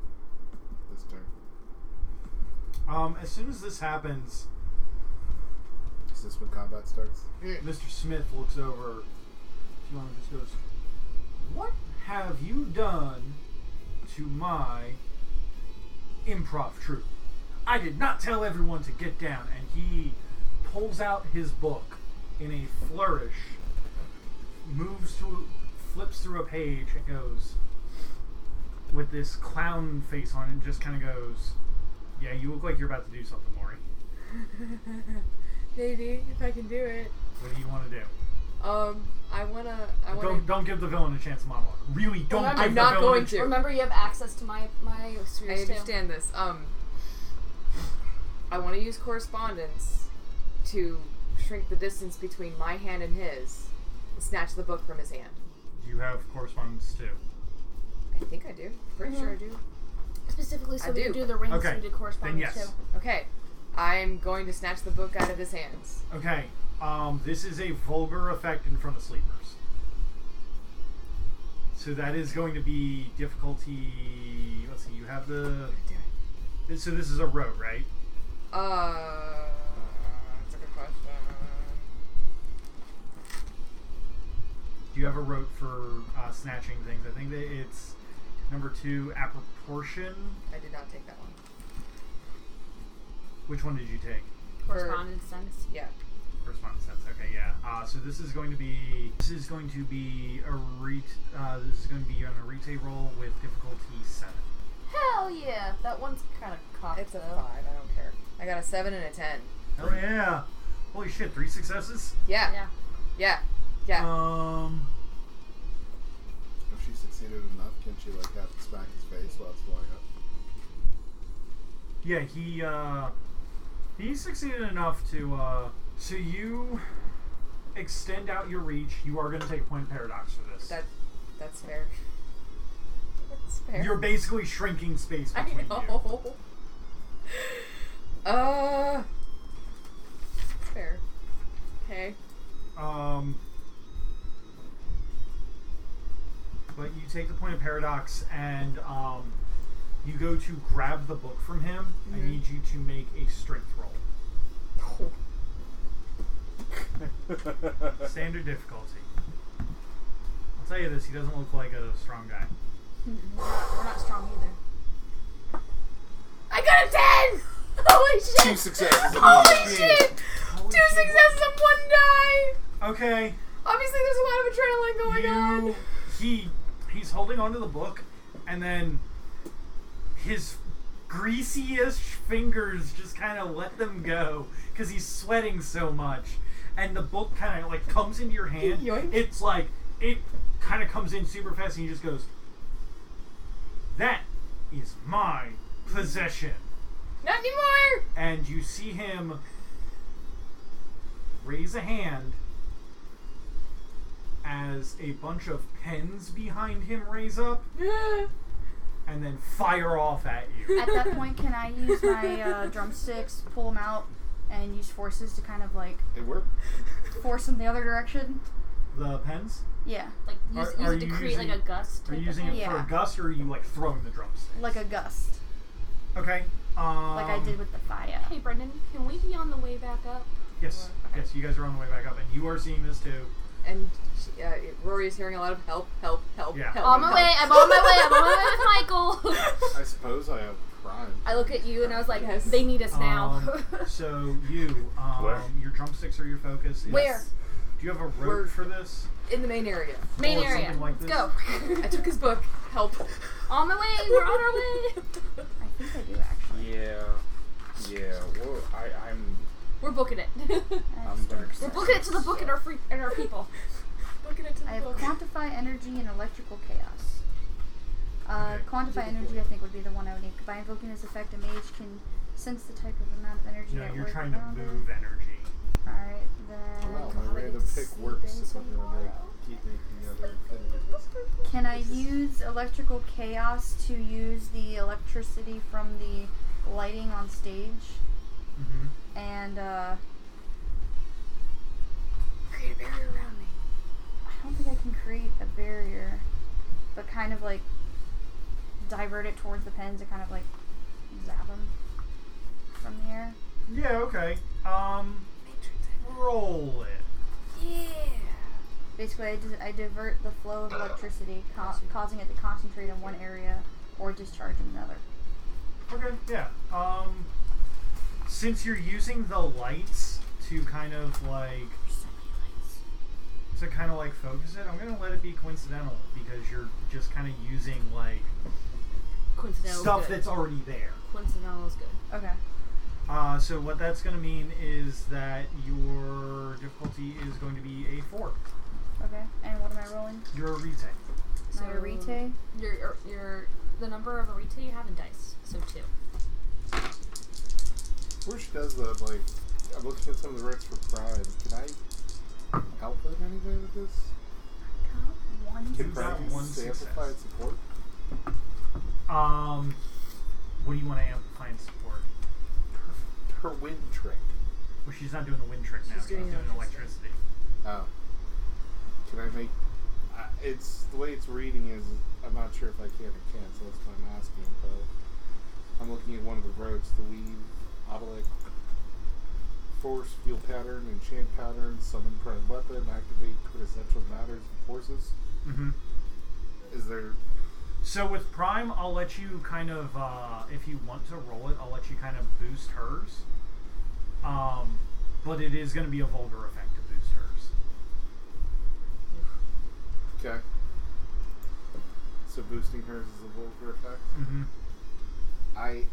This turn. Um, as soon as this happens, Is this when combat starts? Mr. Smith looks over to you and just goes, What have you done to my improv troupe? I did not tell everyone to get down. And he pulls out his book in a flourish, moves to, flips through a page, and goes, with this clown face on it, just kind of goes, Yeah, you look like you're about to do something, Maury. Maybe if I can do it. What do you want to do? Um, I wanna. I wanna. Don't don't give the villain a chance to monologue. Really, don't. Remember- give I'm the not villain going a to. Remember, you have access to my my I spheres too. understand this. Um, I want to use correspondence to shrink the distance between my hand and his, and snatch the book from his hand. ch- You have correspondence too. I think I do. Pretty sure I do. Specifically, I so we do. can do the rings Okay. we did Then correspondence yes. too. Okay, I'm going to snatch the book out of his hands. Okay. Um, this is a vulgar effect in front of sleepers. So that is going to be difficulty. Let's see. You have the. So this is a row, right? Uh, that's a good question. Do you have a rope for uh, snatching things? I think that it's number two, approportion. I did not take that one. Which one did you take? Correspondence sense. Yeah. Correspondence sense. Okay, yeah. Uh, so this is going to be this is going to be a re- uh, this is going to be on a rete roll with difficulty seven. Hell yeah! That one's kind of cocked It's a though. five. I don't care. I got a seven and a ten. Oh yeah! Holy shit! Three successes. Yeah. Yeah. Yeah. Yeah. Um. If she succeeded enough, can she, like, have to smack his face while it's blowing up? Yeah, he uh, he succeeded enough to uh, so you extend out your reach. You are going to take a point of paradox for this. That. That's fair. That's fair. You're basically shrinking space I between you. know. Uh. That's fair. Okay. Um, but you take the point of paradox and um, you go to grab the book from him. I need you to make a strength roll, standard difficulty. I'll tell you this: he doesn't look like a strong guy. We're not strong either. I got a ten. Holy shit! Two successes. Holy shit! Two successes and one die. Okay, Obviously, there's a lot of adrenaline going you, on. he he's holding onto the book, and then his greasyish fingers just kind of let them go because he's sweating so much, and the book kind of like comes into your hand. Yoink. It's like it kind of comes in super fast, and he just goes, "That is my possession." Not anymore. and you see him raise a hand as a bunch of pens behind him raise up and then fire off at you. At that point, can I use my uh, drumsticks, pull them out, and use forces to kind of like It worked. force them the other direction? The pens? Yeah, Like use, Are- use are it to you create like using- a gust. Are type you of using thing. it for a Yeah. gust or are you like throwing the drumstick? like a gust, Okay. Um, like I did with the fire. Hey, Brendan, can we be on the way back up? Yes. Yes, you guys are on the way back up and you are seeing this too. And she- uh, Rory is hearing a lot of help, help, help, Yeah. help. On my help. way. I'm on my way. I'm on my way with Michael. I suppose I have crime. I look at you and I was like, Yes. they need us now. Um, so you, um, Where? your drumsticks are your focus. Is- Where? Do you have a rope Where? for this? In the main area. Main Or area. something like Let's this? go. I took his book. Help. on my way. We're on our way. I think I do actually. Yeah. Yeah. Well, I, I'm. We're booking it. I I'm gonna. We're booking it to the book and our free and our people. Looking at I have quantify energy and electrical chaos. Uh, Okay. Quantify energy, I think, would be the one I would need. By invoking this effect, a mage can sense the type of amount of energy No, at you're work trying to around them. move energy. All right, Wow, then. my random pick works. If I'm gonna make keep making other things. Can I use electrical chaos to use the electricity from the lighting on stage Mm-hmm. and uh, Create a barrier around me. I don't think I can create a barrier, but kind of like divert it towards the pins to kind of like zap them from the air. Yeah, okay. Um, Matrix. roll it. Yeah. Basically, I, dis- I divert the flow of electricity, ca- causing it to concentrate in one area or discharge in another. Okay, yeah. Um, since you're using the lights to kind of like to kind of like focus it, I'm gonna let it be coincidental because you're just kind of using like Coincidental. stuff is good. that's already there. Coincidental is good. Okay. Uh, so what that's gonna mean is that your difficulty is going to be a four. Okay. And what am I rolling? You're a retake. So Marite. Your, your your the number of retail you have in dice. So two. Where she does that, like, I'm looking at some of the wrecks for Pride. Can I help in any way with this? One. Can You've got Pride one use success. amplify and support? Um, what do you want to amplify and support? Her wind trick. Well, she's not doing the wind trick now. She's doing electricity. electricity. Oh. Can I make. I it's the way it's reading is I'm not sure if I can or can't, so that's why I'm asking. But I'm looking at one of the roads, the weave, obelisk, force, fuel pattern, enchant pattern, summon prone weapon, activate quintessential matters and forces. Mm-hmm. Is there So with Prime, I'll let you kind of, uh, if you want to roll it, I'll let you kind of boost hers. Um, but it is going to be a vulgar effect to boost hers. Okay. So boosting hers is a vulgar effect. Mm-hmm. I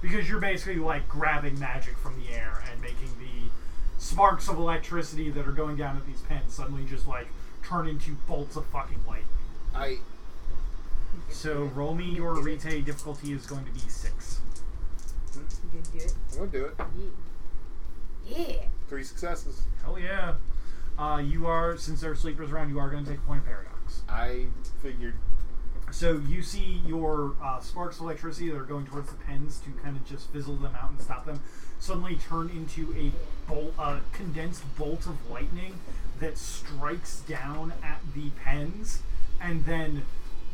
Because you're basically like grabbing magic from the air and making the sparks of electricity that are going down at these pins suddenly just like turn into bolts of fucking light. I So roll me your retail difficulty is going to be six. You can do it. I'm gonna do it. Yeah. Three successes. Hell yeah! Uh, you are since there are sleepers around, you are going to take a point of paradox. I figured So you see your uh, sparks of electricity that are going towards the pens to kind of just fizzle them out and stop them. Suddenly turn into a bolt, uh, condensed bolt of lightning that strikes down at the pens, and then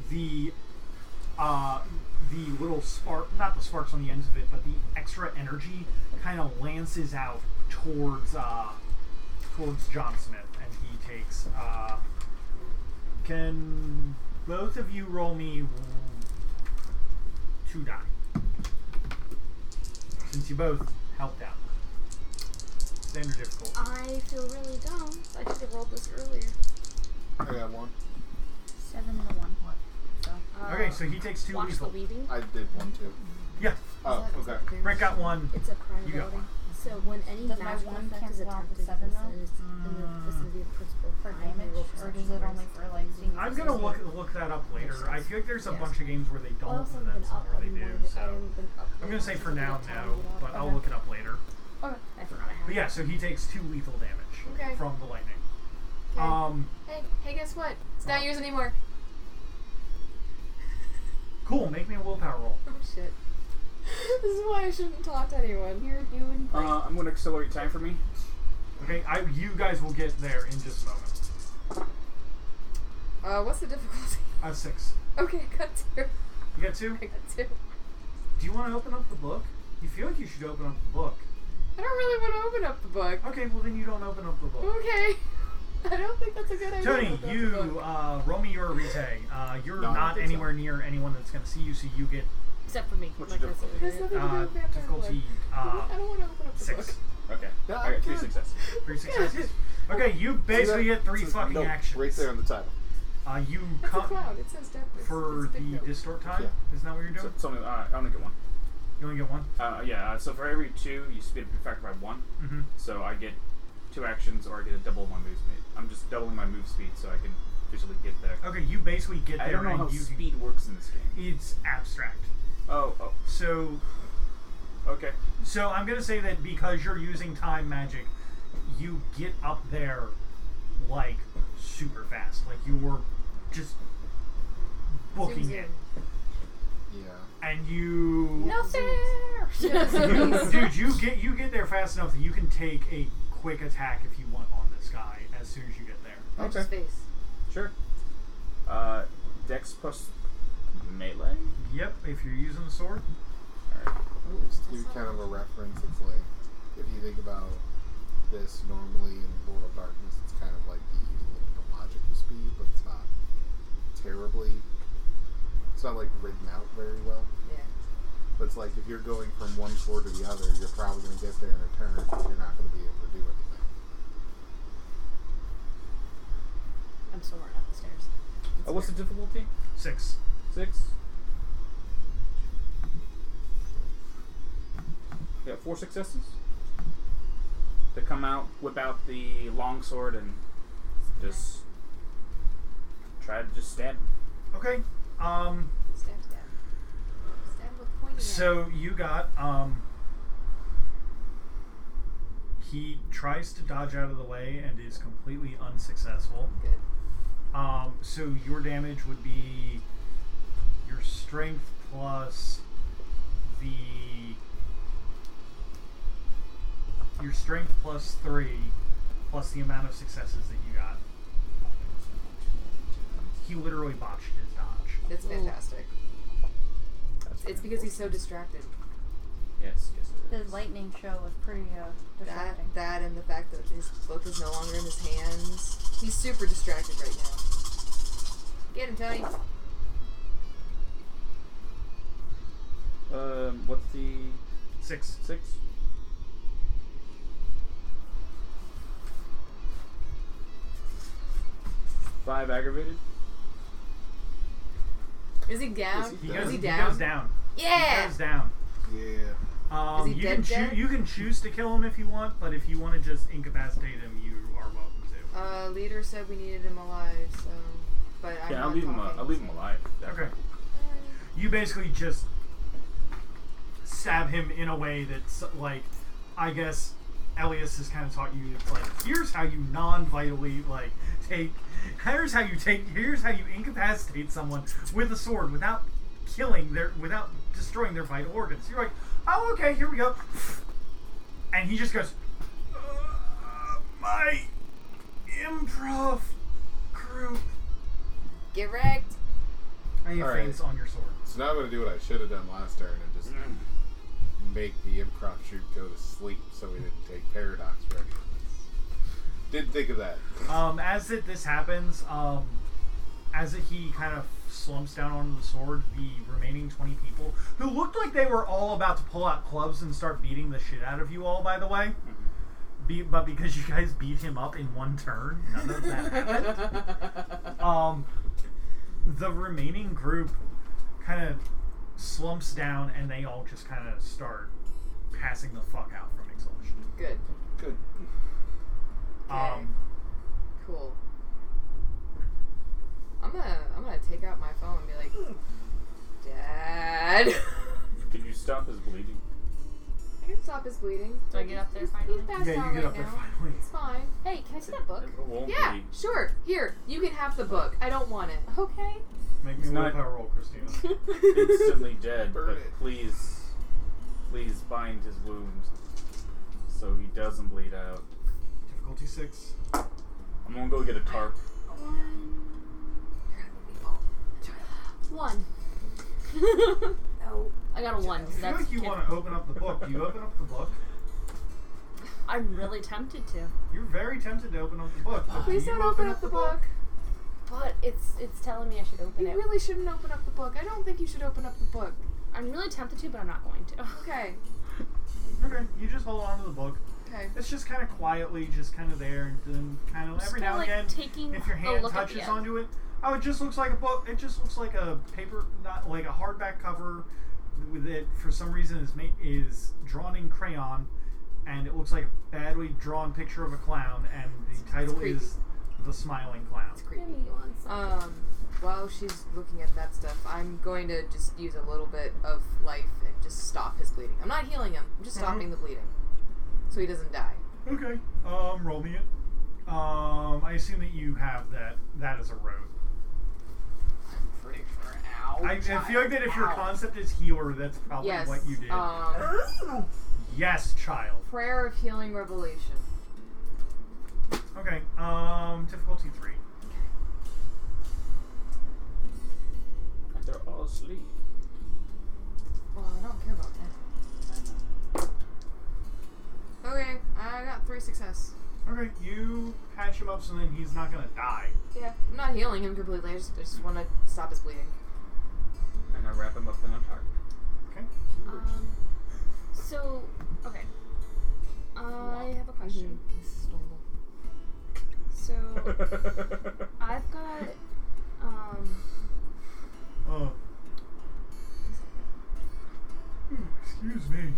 the uh, the little spark, not the sparks on the ends of it, but the extra energy kind of lances out towards uh, towards John Smith, and he takes. Uh, can both of you roll me two die? Since you both helped out. Standard difficulty. I feel really dumb. I should have rolled this earlier. I got one. Seven and a one. What? So. Uh, okay, so he takes two watch the lethal. weaving. I did one too. Yeah, Oh, Is okay. that- is that Brent got one. It's a crime You got ability. one. So when any Does my magical one effect is cancel out attempted the seven, though? and it's in the Mm. vicinity of principal For crime, they damage, roll or perception does it checks. only for like? being I'm gonna associated? look look that up later. I feel like there's a Yes. bunch of games where they don't, Well, and something then some up, where I they do. haven't- So I haven't been up I'm gonna yet. say for I'll now, tally no, it up. but I'll Okay. look it up later. Okay. I forgot I had. But yeah, so he takes two lethal damage Okay. from the lightning. Okay. Um, Hey, hey, guess what? It's not Oh. yours anymore. cool. Make me a willpower roll. Oh shit. this is why I shouldn't talk to anyone. You're doing great. Uh, I'm going to accelerate time for me. Okay, I you guys will get there in just a moment. Uh, what's the difficulty? Uh, six. Okay, I got two. You got two. I got two. Do you want to open up the book? You feel like you should open up the book. I don't really want to open up the book. Okay, well then you don't open up the book. Okay. I don't think that's a good idea. to Tony, open up the you, book. uh, roll me your retag. Uh, you're No, I don't not think so. anywhere near anyone that's going to see you, so you get Except for me. What's like your I said It has nothing to do earlier. uh, with vampire difficulty blood. uh, I don't want to open up the six. Okay. No, I got three good. successes. Three successes. Okay, you basically See that? get three It's a fucking note actions. Right there on the title. Uh, you book. It's a come cloud. It says darkness. for it's a the big note. distort time. Yeah. Isn't that what you're So, doing? so uh, I only get one. You only get one. Uh, yeah, uh, so for every two, you speed up your factor by one. Mm-hmm. So I get two actions or I get a double of my move speed. I'm just doubling my move speed so I can visually get there. Okay, you basically get there. I don't know and how you can- E speed works in this game. It's abstract. Oh, oh, So okay. So I'm gonna say that because you're using time magic, you get up there like super fast. Like you were just booking it, Yeah. and you No fair. You- dude, you get you get there fast enough that you can take a quick attack if you want on this guy as soon as you get there. Punch his face. Sure. Uh, Dex plus melee. Yep, if you're using the sword. Let's do kind of a reference. It's like if you think about this normally in Lord of Darkness, it's kind of like you use a little bit of logic to speed, but it's not terribly. It's not like written out very well. Yeah. But it's like if you're going from one floor to the other, you're probably going to get there in a turn. But you're not going to be able to do anything. I'm still running up the stairs. Uh, what's the difficulty? Six. Six. We got four successes. To come out, whip out the longsword, and just try to just stab. him. Okay. Um. Stab, stab. Stab with pointy So you got um. He tries to dodge out of the way and is completely unsuccessful. Good. Um, so your damage would be your strength plus the your strength plus three plus the amount of successes that you got. He literally botched his dodge. That's fantastic. That's It's because he's so distracted. Yes, yes, it The is. lightning show was pretty uh, That, distracting. that, and the fact that his book is no longer in his hands. He's super distracted right now. Get him, Tony. Um, what's the Six. six? Five aggravated. Is he down? Is He he goes, is he he down? goes down. He Yeah. goes down. Yeah. Um, Is he you dead can dead? choo- you can choose to kill him if you want, but if you want to just incapacitate him, you are welcome to. Uh, leader said we needed him alive, so. But I'm Yeah, not I'll leave him. talking, al- I'll leave him so- alive. Okay. You basically just stab him in a way that's like, I guess Elias has kind of taught you. It's like, here's how you non-vitally like take. Here's how you take. Here's how you incapacitate someone with a sword without killing their, without destroying their vital organs. You're like, oh okay, here we go. And he just goes, "Uh, my improv group. Get wrecked. And he All right. faints on your sword. So now I'm going to do what I should have done last turn and just make the improv troop go to sleep so we didn't take paradox for any of this. Didn't think of that. Um, as it, this happens, um, as it, he kind of slumps down onto the sword, the remaining 20 people, who looked like they were all about to pull out clubs and start beating the shit out of you all, by the way. Be, but because you guys beat him up in one turn, none of that happened. Um, the remaining group kind of slumps down and they all just kind of start passing the fuck out from exhaustion. Good. Good. Okay. Um, Cool. I'm gonna I'm gonna take out my phone and be like, Dad. Did you stop his bleeding? I can stop his bleeding. Do I get up there He's, finally? he's passed yeah, out you get right up there now. finally. It's fine. Hey, can I see that book? It won't yeah, be. sure. Here, you can have the book. I don't want it. Okay. Make me It's a not- willpower roll, Christina. instantly dead, Burn but it. please, please bind his wounds so he doesn't bleed out. Difficulty six. I'm gonna go get a tarp. One. Oh. No. I got a one. I So feel that's like you can't- want to open up the book. Do you open up the book? I'm really tempted to, You're very tempted to open up the book. but do Please you don't open up the book. but it's it's telling me I should open You it. really shouldn't open up the book. I don't think you should open up the book. I'm really tempted to, but I'm not going to. Okay. Okay, you just hold on to the book. Okay. It's just kind of quietly, just kind of there, and then kind of Just every kinda, now like, and again, taking if your a hand look at the touches end. onto it, oh, it just looks like a book. It just looks like a paper, not like a hardback cover that for some reason is made is drawn in crayon, and it looks like a badly drawn picture of a clown, and the title creepy. is "The Smiling Clown." It's creepy. Um, while she's looking at that stuff, I'm going to just use a little bit of life and just stop his bleeding. I'm not healing him. I'm just stopping the bleeding, so he doesn't die. Okay. Um, roll me it. Um, I assume that you have that that as a road. I'm pretty sure. Ow. Oh, I, I feel like that if your Ow. concept is healer, that's probably Yes. what you did. uh, Um, yes, child. prayer of healing revelation. Okay. Um, difficulty three. They're all asleep. Well, I don't care about that. Okay, I got three success. Okay, you patch him up so then he's not gonna die. Yeah, I'm not healing him completely. I just, I just want to stop his bleeding. And I wrap him up in a tarp. Okay. Um, so, okay. I have a question. This is normal. So, I've got, um, Uh, Oh. hmm, Excuse me.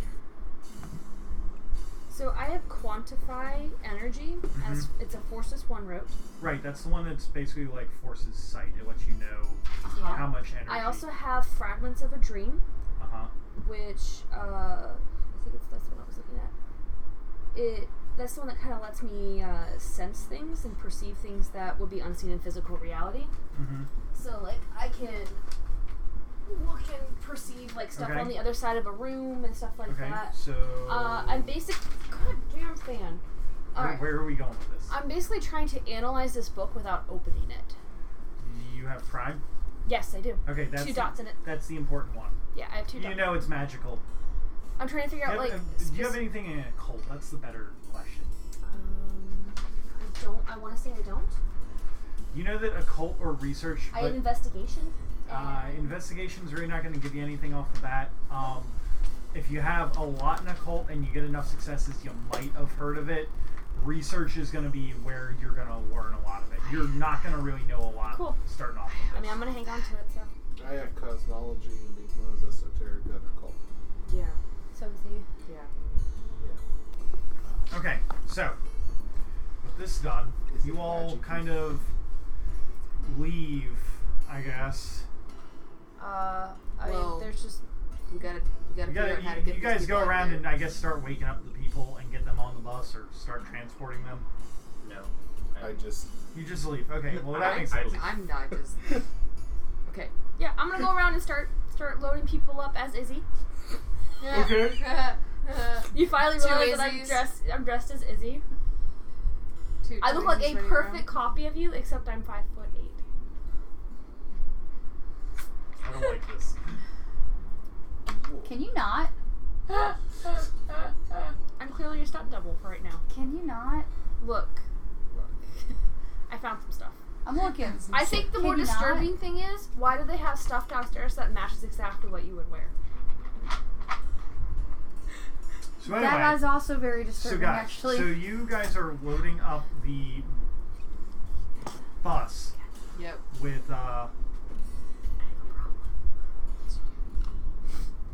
so I have quantify energy as it's a forces one rope. Right, that's the one that's basically like forces sight. It lets you know how much energy. Uh-huh. I also have fragments of a dream, Uh huh. which uh, I think it's that's the one I was looking at. It that's the one that kind of lets me uh, sense things and perceive things that would be unseen in physical reality. Mm-hmm. So like I can look and perceive like stuff Okay. on the other side of a room and stuff like Okay. that. So. Uh, I'm basic. God damn fan. where, All right. where are we going with this? I'm basically trying to analyze this book without opening it. you have prime. Yes, I do. Okay, that's two dots in it. that's the important one. Yeah, I have two You dots. know it's magical. I'm trying to figure Do out you like. have- uh, do you have speci- anything in a cult? That's the better question. Um, I don't. I want to say I don't. You know that occult or research, I but had investigation. uh, investigation's really not going to give you anything off the bat. Um, if you have a lot in occult and you get enough successes, you might have heard of it. Research is going to be where you're going to learn a lot of it. You're not going to really know a lot Cool. starting off. With this. I mean, I'm gonna hang on to it. So I have cosmology and Big Mo's esoteric cult. Yeah, so is he. yeah. Okay, so with this done, Is you it all magic? kind of leave, I guess. Uh, Well, I, there's just We gotta, we gotta You, figure out how gotta, to get you, you these guys people go out of around here. and I guess start waking up the people and get them on the bus or start transporting them. No. I just You just leave. Okay, well that I- makes I sense. leave. I'm not just. okay. yeah. I'm gonna go around and start start loading people up as Izzy. Okay. You finally Two realize that I'm Izzies. dressed. I'm dressed as Izzy. Two I look like twins a running perfect around. copy of you, except I'm five foot eight. I don't like this. Can you not? I'm clearly your stunt double for right now. Can you not? Look, I found some stuff. I'm looking. I think the Can more you not? disturbing thing is why do they have stuff downstairs that matches exactly what you would wear? So anyway, That is also very so disturbing, guys, actually. so you guys are loading up the bus Yep. with uh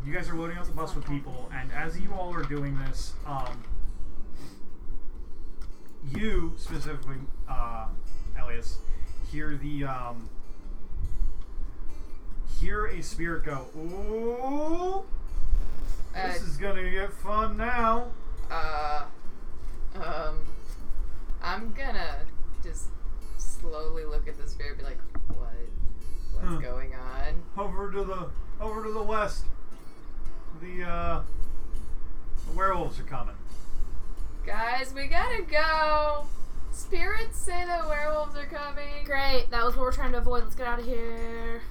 you guys are loading up the bus with people and as you all are doing this um you specifically uh elias hear the um hear a spirit go ooh Uh, this is gonna get fun now uh, um, I'm gonna just slowly look at this bear and be like, what? What's Huh. going on? over to the over to the west the uh the werewolves are coming Guys, we gotta go! Spirits say that werewolves are coming! Great, that was what we're trying to avoid. Let's get out of here.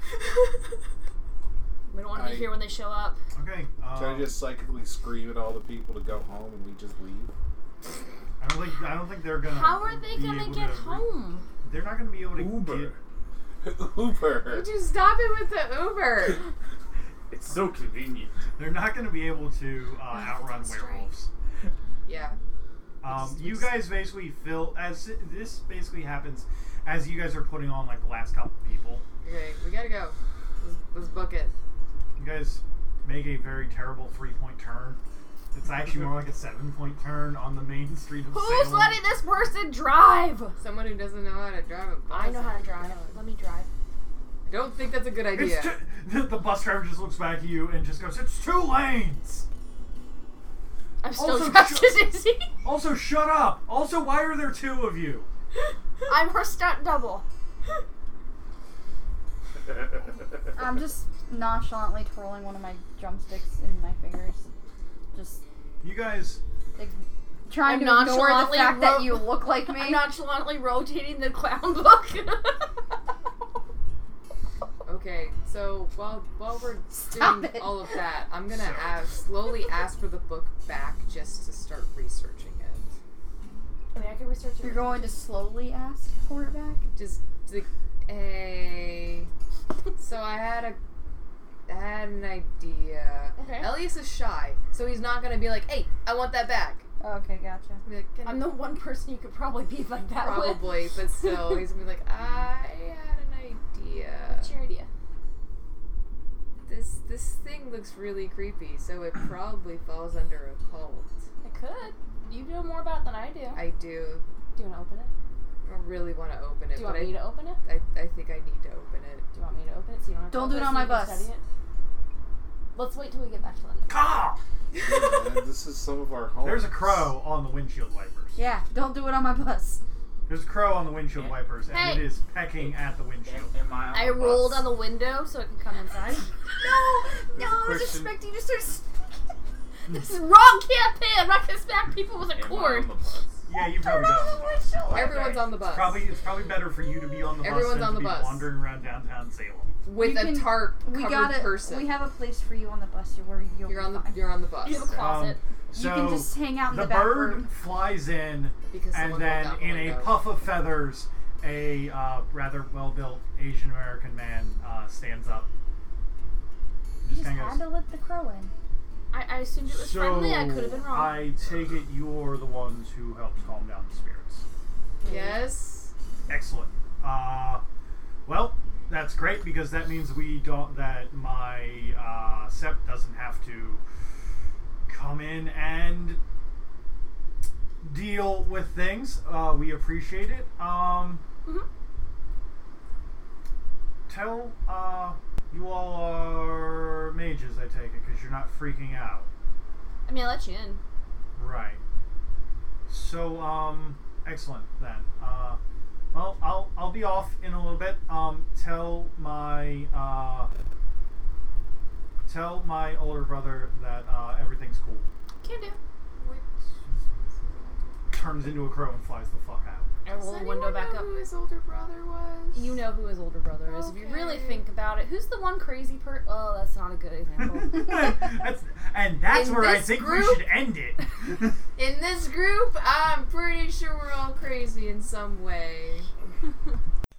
we don't want to I- be here when they show up. okay um, Can I just psychically scream at all the people to go home and we just leave? I don't think I don't think they're gonna. How are they be gonna able get to- home? They're not gonna be able to Uber. get- Uber. Would you stop it with the Uber? It's so convenient. They're not gonna be able to uh, outrun werewolves. yeah. Um, Just- you guys basically fill as this basically happens as you guys are putting on like the last couple people. Okay, we gotta go. Let's, let's book it. You guys make a very terrible three point turn. It's actually more like a seven point turn on the main street of Who's Salem. letting this person drive? Someone who doesn't know how to drive a bus. I know how to drive. Let me drive. I don't think that's a good idea. It's two- the, the bus driver just looks back at you and just goes, "It's two lanes." I'm still Also, trapped sure- in Izzy. Also, shut up. Also, why are there two of you? I'm her stunt double. I'm just nonchalantly twirling one of my drumsticks in my fingers, just You guys. like trying I'm to ignore the nonchalantly fact that ro- you look like me. I'm nonchalantly rotating the clown book. Okay, so while while we're Stop doing it. all of that, I'm gonna ask, slowly ask for the book back just to start researching it. I mean, I can research You're going to slowly ask for it back. Just the a. So I had a I had an idea. Okay. Elias is shy, so he's not gonna be like, "Hey, I want that back." Okay, gotcha. He'll be like, "Can I'm the one person you could probably be like that with. probably, but still, he's gonna be like, "I had an idea." What's your idea? This this thing looks really creepy, so it probably falls under a cult. I could. You know more about it than I do. I do Do you want to open it? I really want to open it, Do you but want I, me to open it? I, I think I need to open it. Do you want me to open it so you don't have to Don't open do it so on you my can bus. study it? Let's wait till we get back to London. Caw! Yeah, this is some of our homes. There's a crow on the windshield wipers. Yeah, don't do it on my bus. There's a crow on the windshield Yeah. wipers, and Hey. it is pecking at the windshield. Am, am I, on I the rolled bus? on the window so it could come inside. No, no, There's a I was question. expecting you to start. s- this is wrong campaign. I'm not gonna smack people with a Am I on cord. the bus? Yeah, you probably Turn on don't. the windshield. Everyone's on the bus. Probably it's probably better for you to be on the bus Everyone's than on to the be bus. wandering around downtown Salem. with You a can- tarp We covered got person. We have a place for you on the bus. You're where you'll you're be on the fine. you're on the bus You have a closet. You Um, So can just hang out in the, the, back bird room. flies in, because and someone then walked out the in a window. puff of feathers, a uh, rather well-built Asian American man uh, stands up. and You just kinda had goes, to let the crow in. I, I assumed it was so friendly. I could have been wrong. I take it you're the ones who helped calm down the spirits. Yes. Excellent. Uh, well, that's great because that means we don't that my uh, sep doesn't have to come in and deal with things. Uh, we appreciate it. Um, Mhm. Tell uh, you all are mages, I take it, because you're not freaking out, I mean, I let you in. right? So, um, excellent then. Uh, well, I'll I'll be off in a little bit. Um, tell my uh, tell my older brother that uh, everything's cool. Can do. Turns into a crow and flies the fuck out. I roll Does the window anyone back know up. Who his older brother was? You know who his older brother is. If you really Okay. think about it, who's the one crazy per? Oh, that's not a good example. that's, and that's In where I this think we group? should end it. In this group, I'm pretty sure we're all crazy in some way.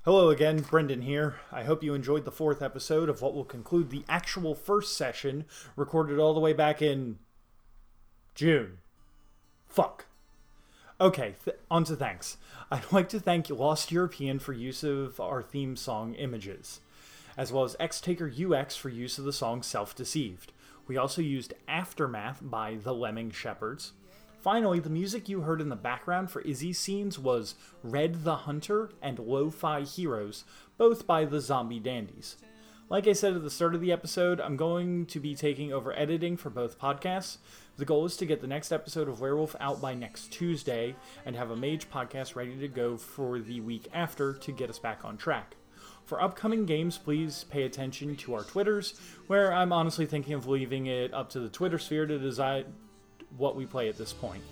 Hello again, Brendan here. I hope you enjoyed the fourth episode of what will conclude the actual first session, recorded all the way back in June. Fuck. Okay, th- on to thanks. I'd like to thank Lost European for use of our theme song Images, as well as Xtaker UX for use of the song Self Deceived. We also used Aftermath by The Lemming Shepherds. Finally, the music you heard in the background for Izzy's scenes was Red the Hunter and Lo Fi Heroes, both by the Zombie Dandies. Like I said at the start of the episode, I'm going to be taking over editing for both podcasts. The goal is to get the next episode of Werewolf out by next Tuesday and have a Mage podcast ready to go for the week after to get us back on track. For upcoming games, please pay attention to our Twitters, where I'm honestly thinking of leaving it up to the Twitter sphere to decide what we play at this point.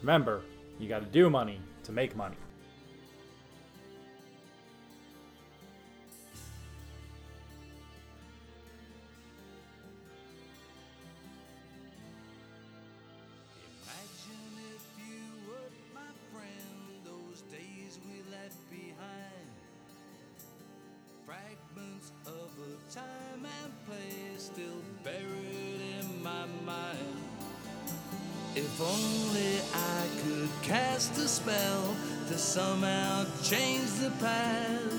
Remember, you gotta do money to make money. Imagine if you would, my friend, those days we left behind. Fragments of a time and place still buried in my mind. If only I could cast a spell to somehow change the past.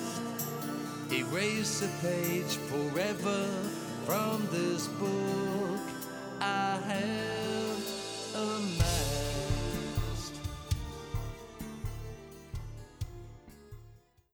Erase a page forever from this book I have.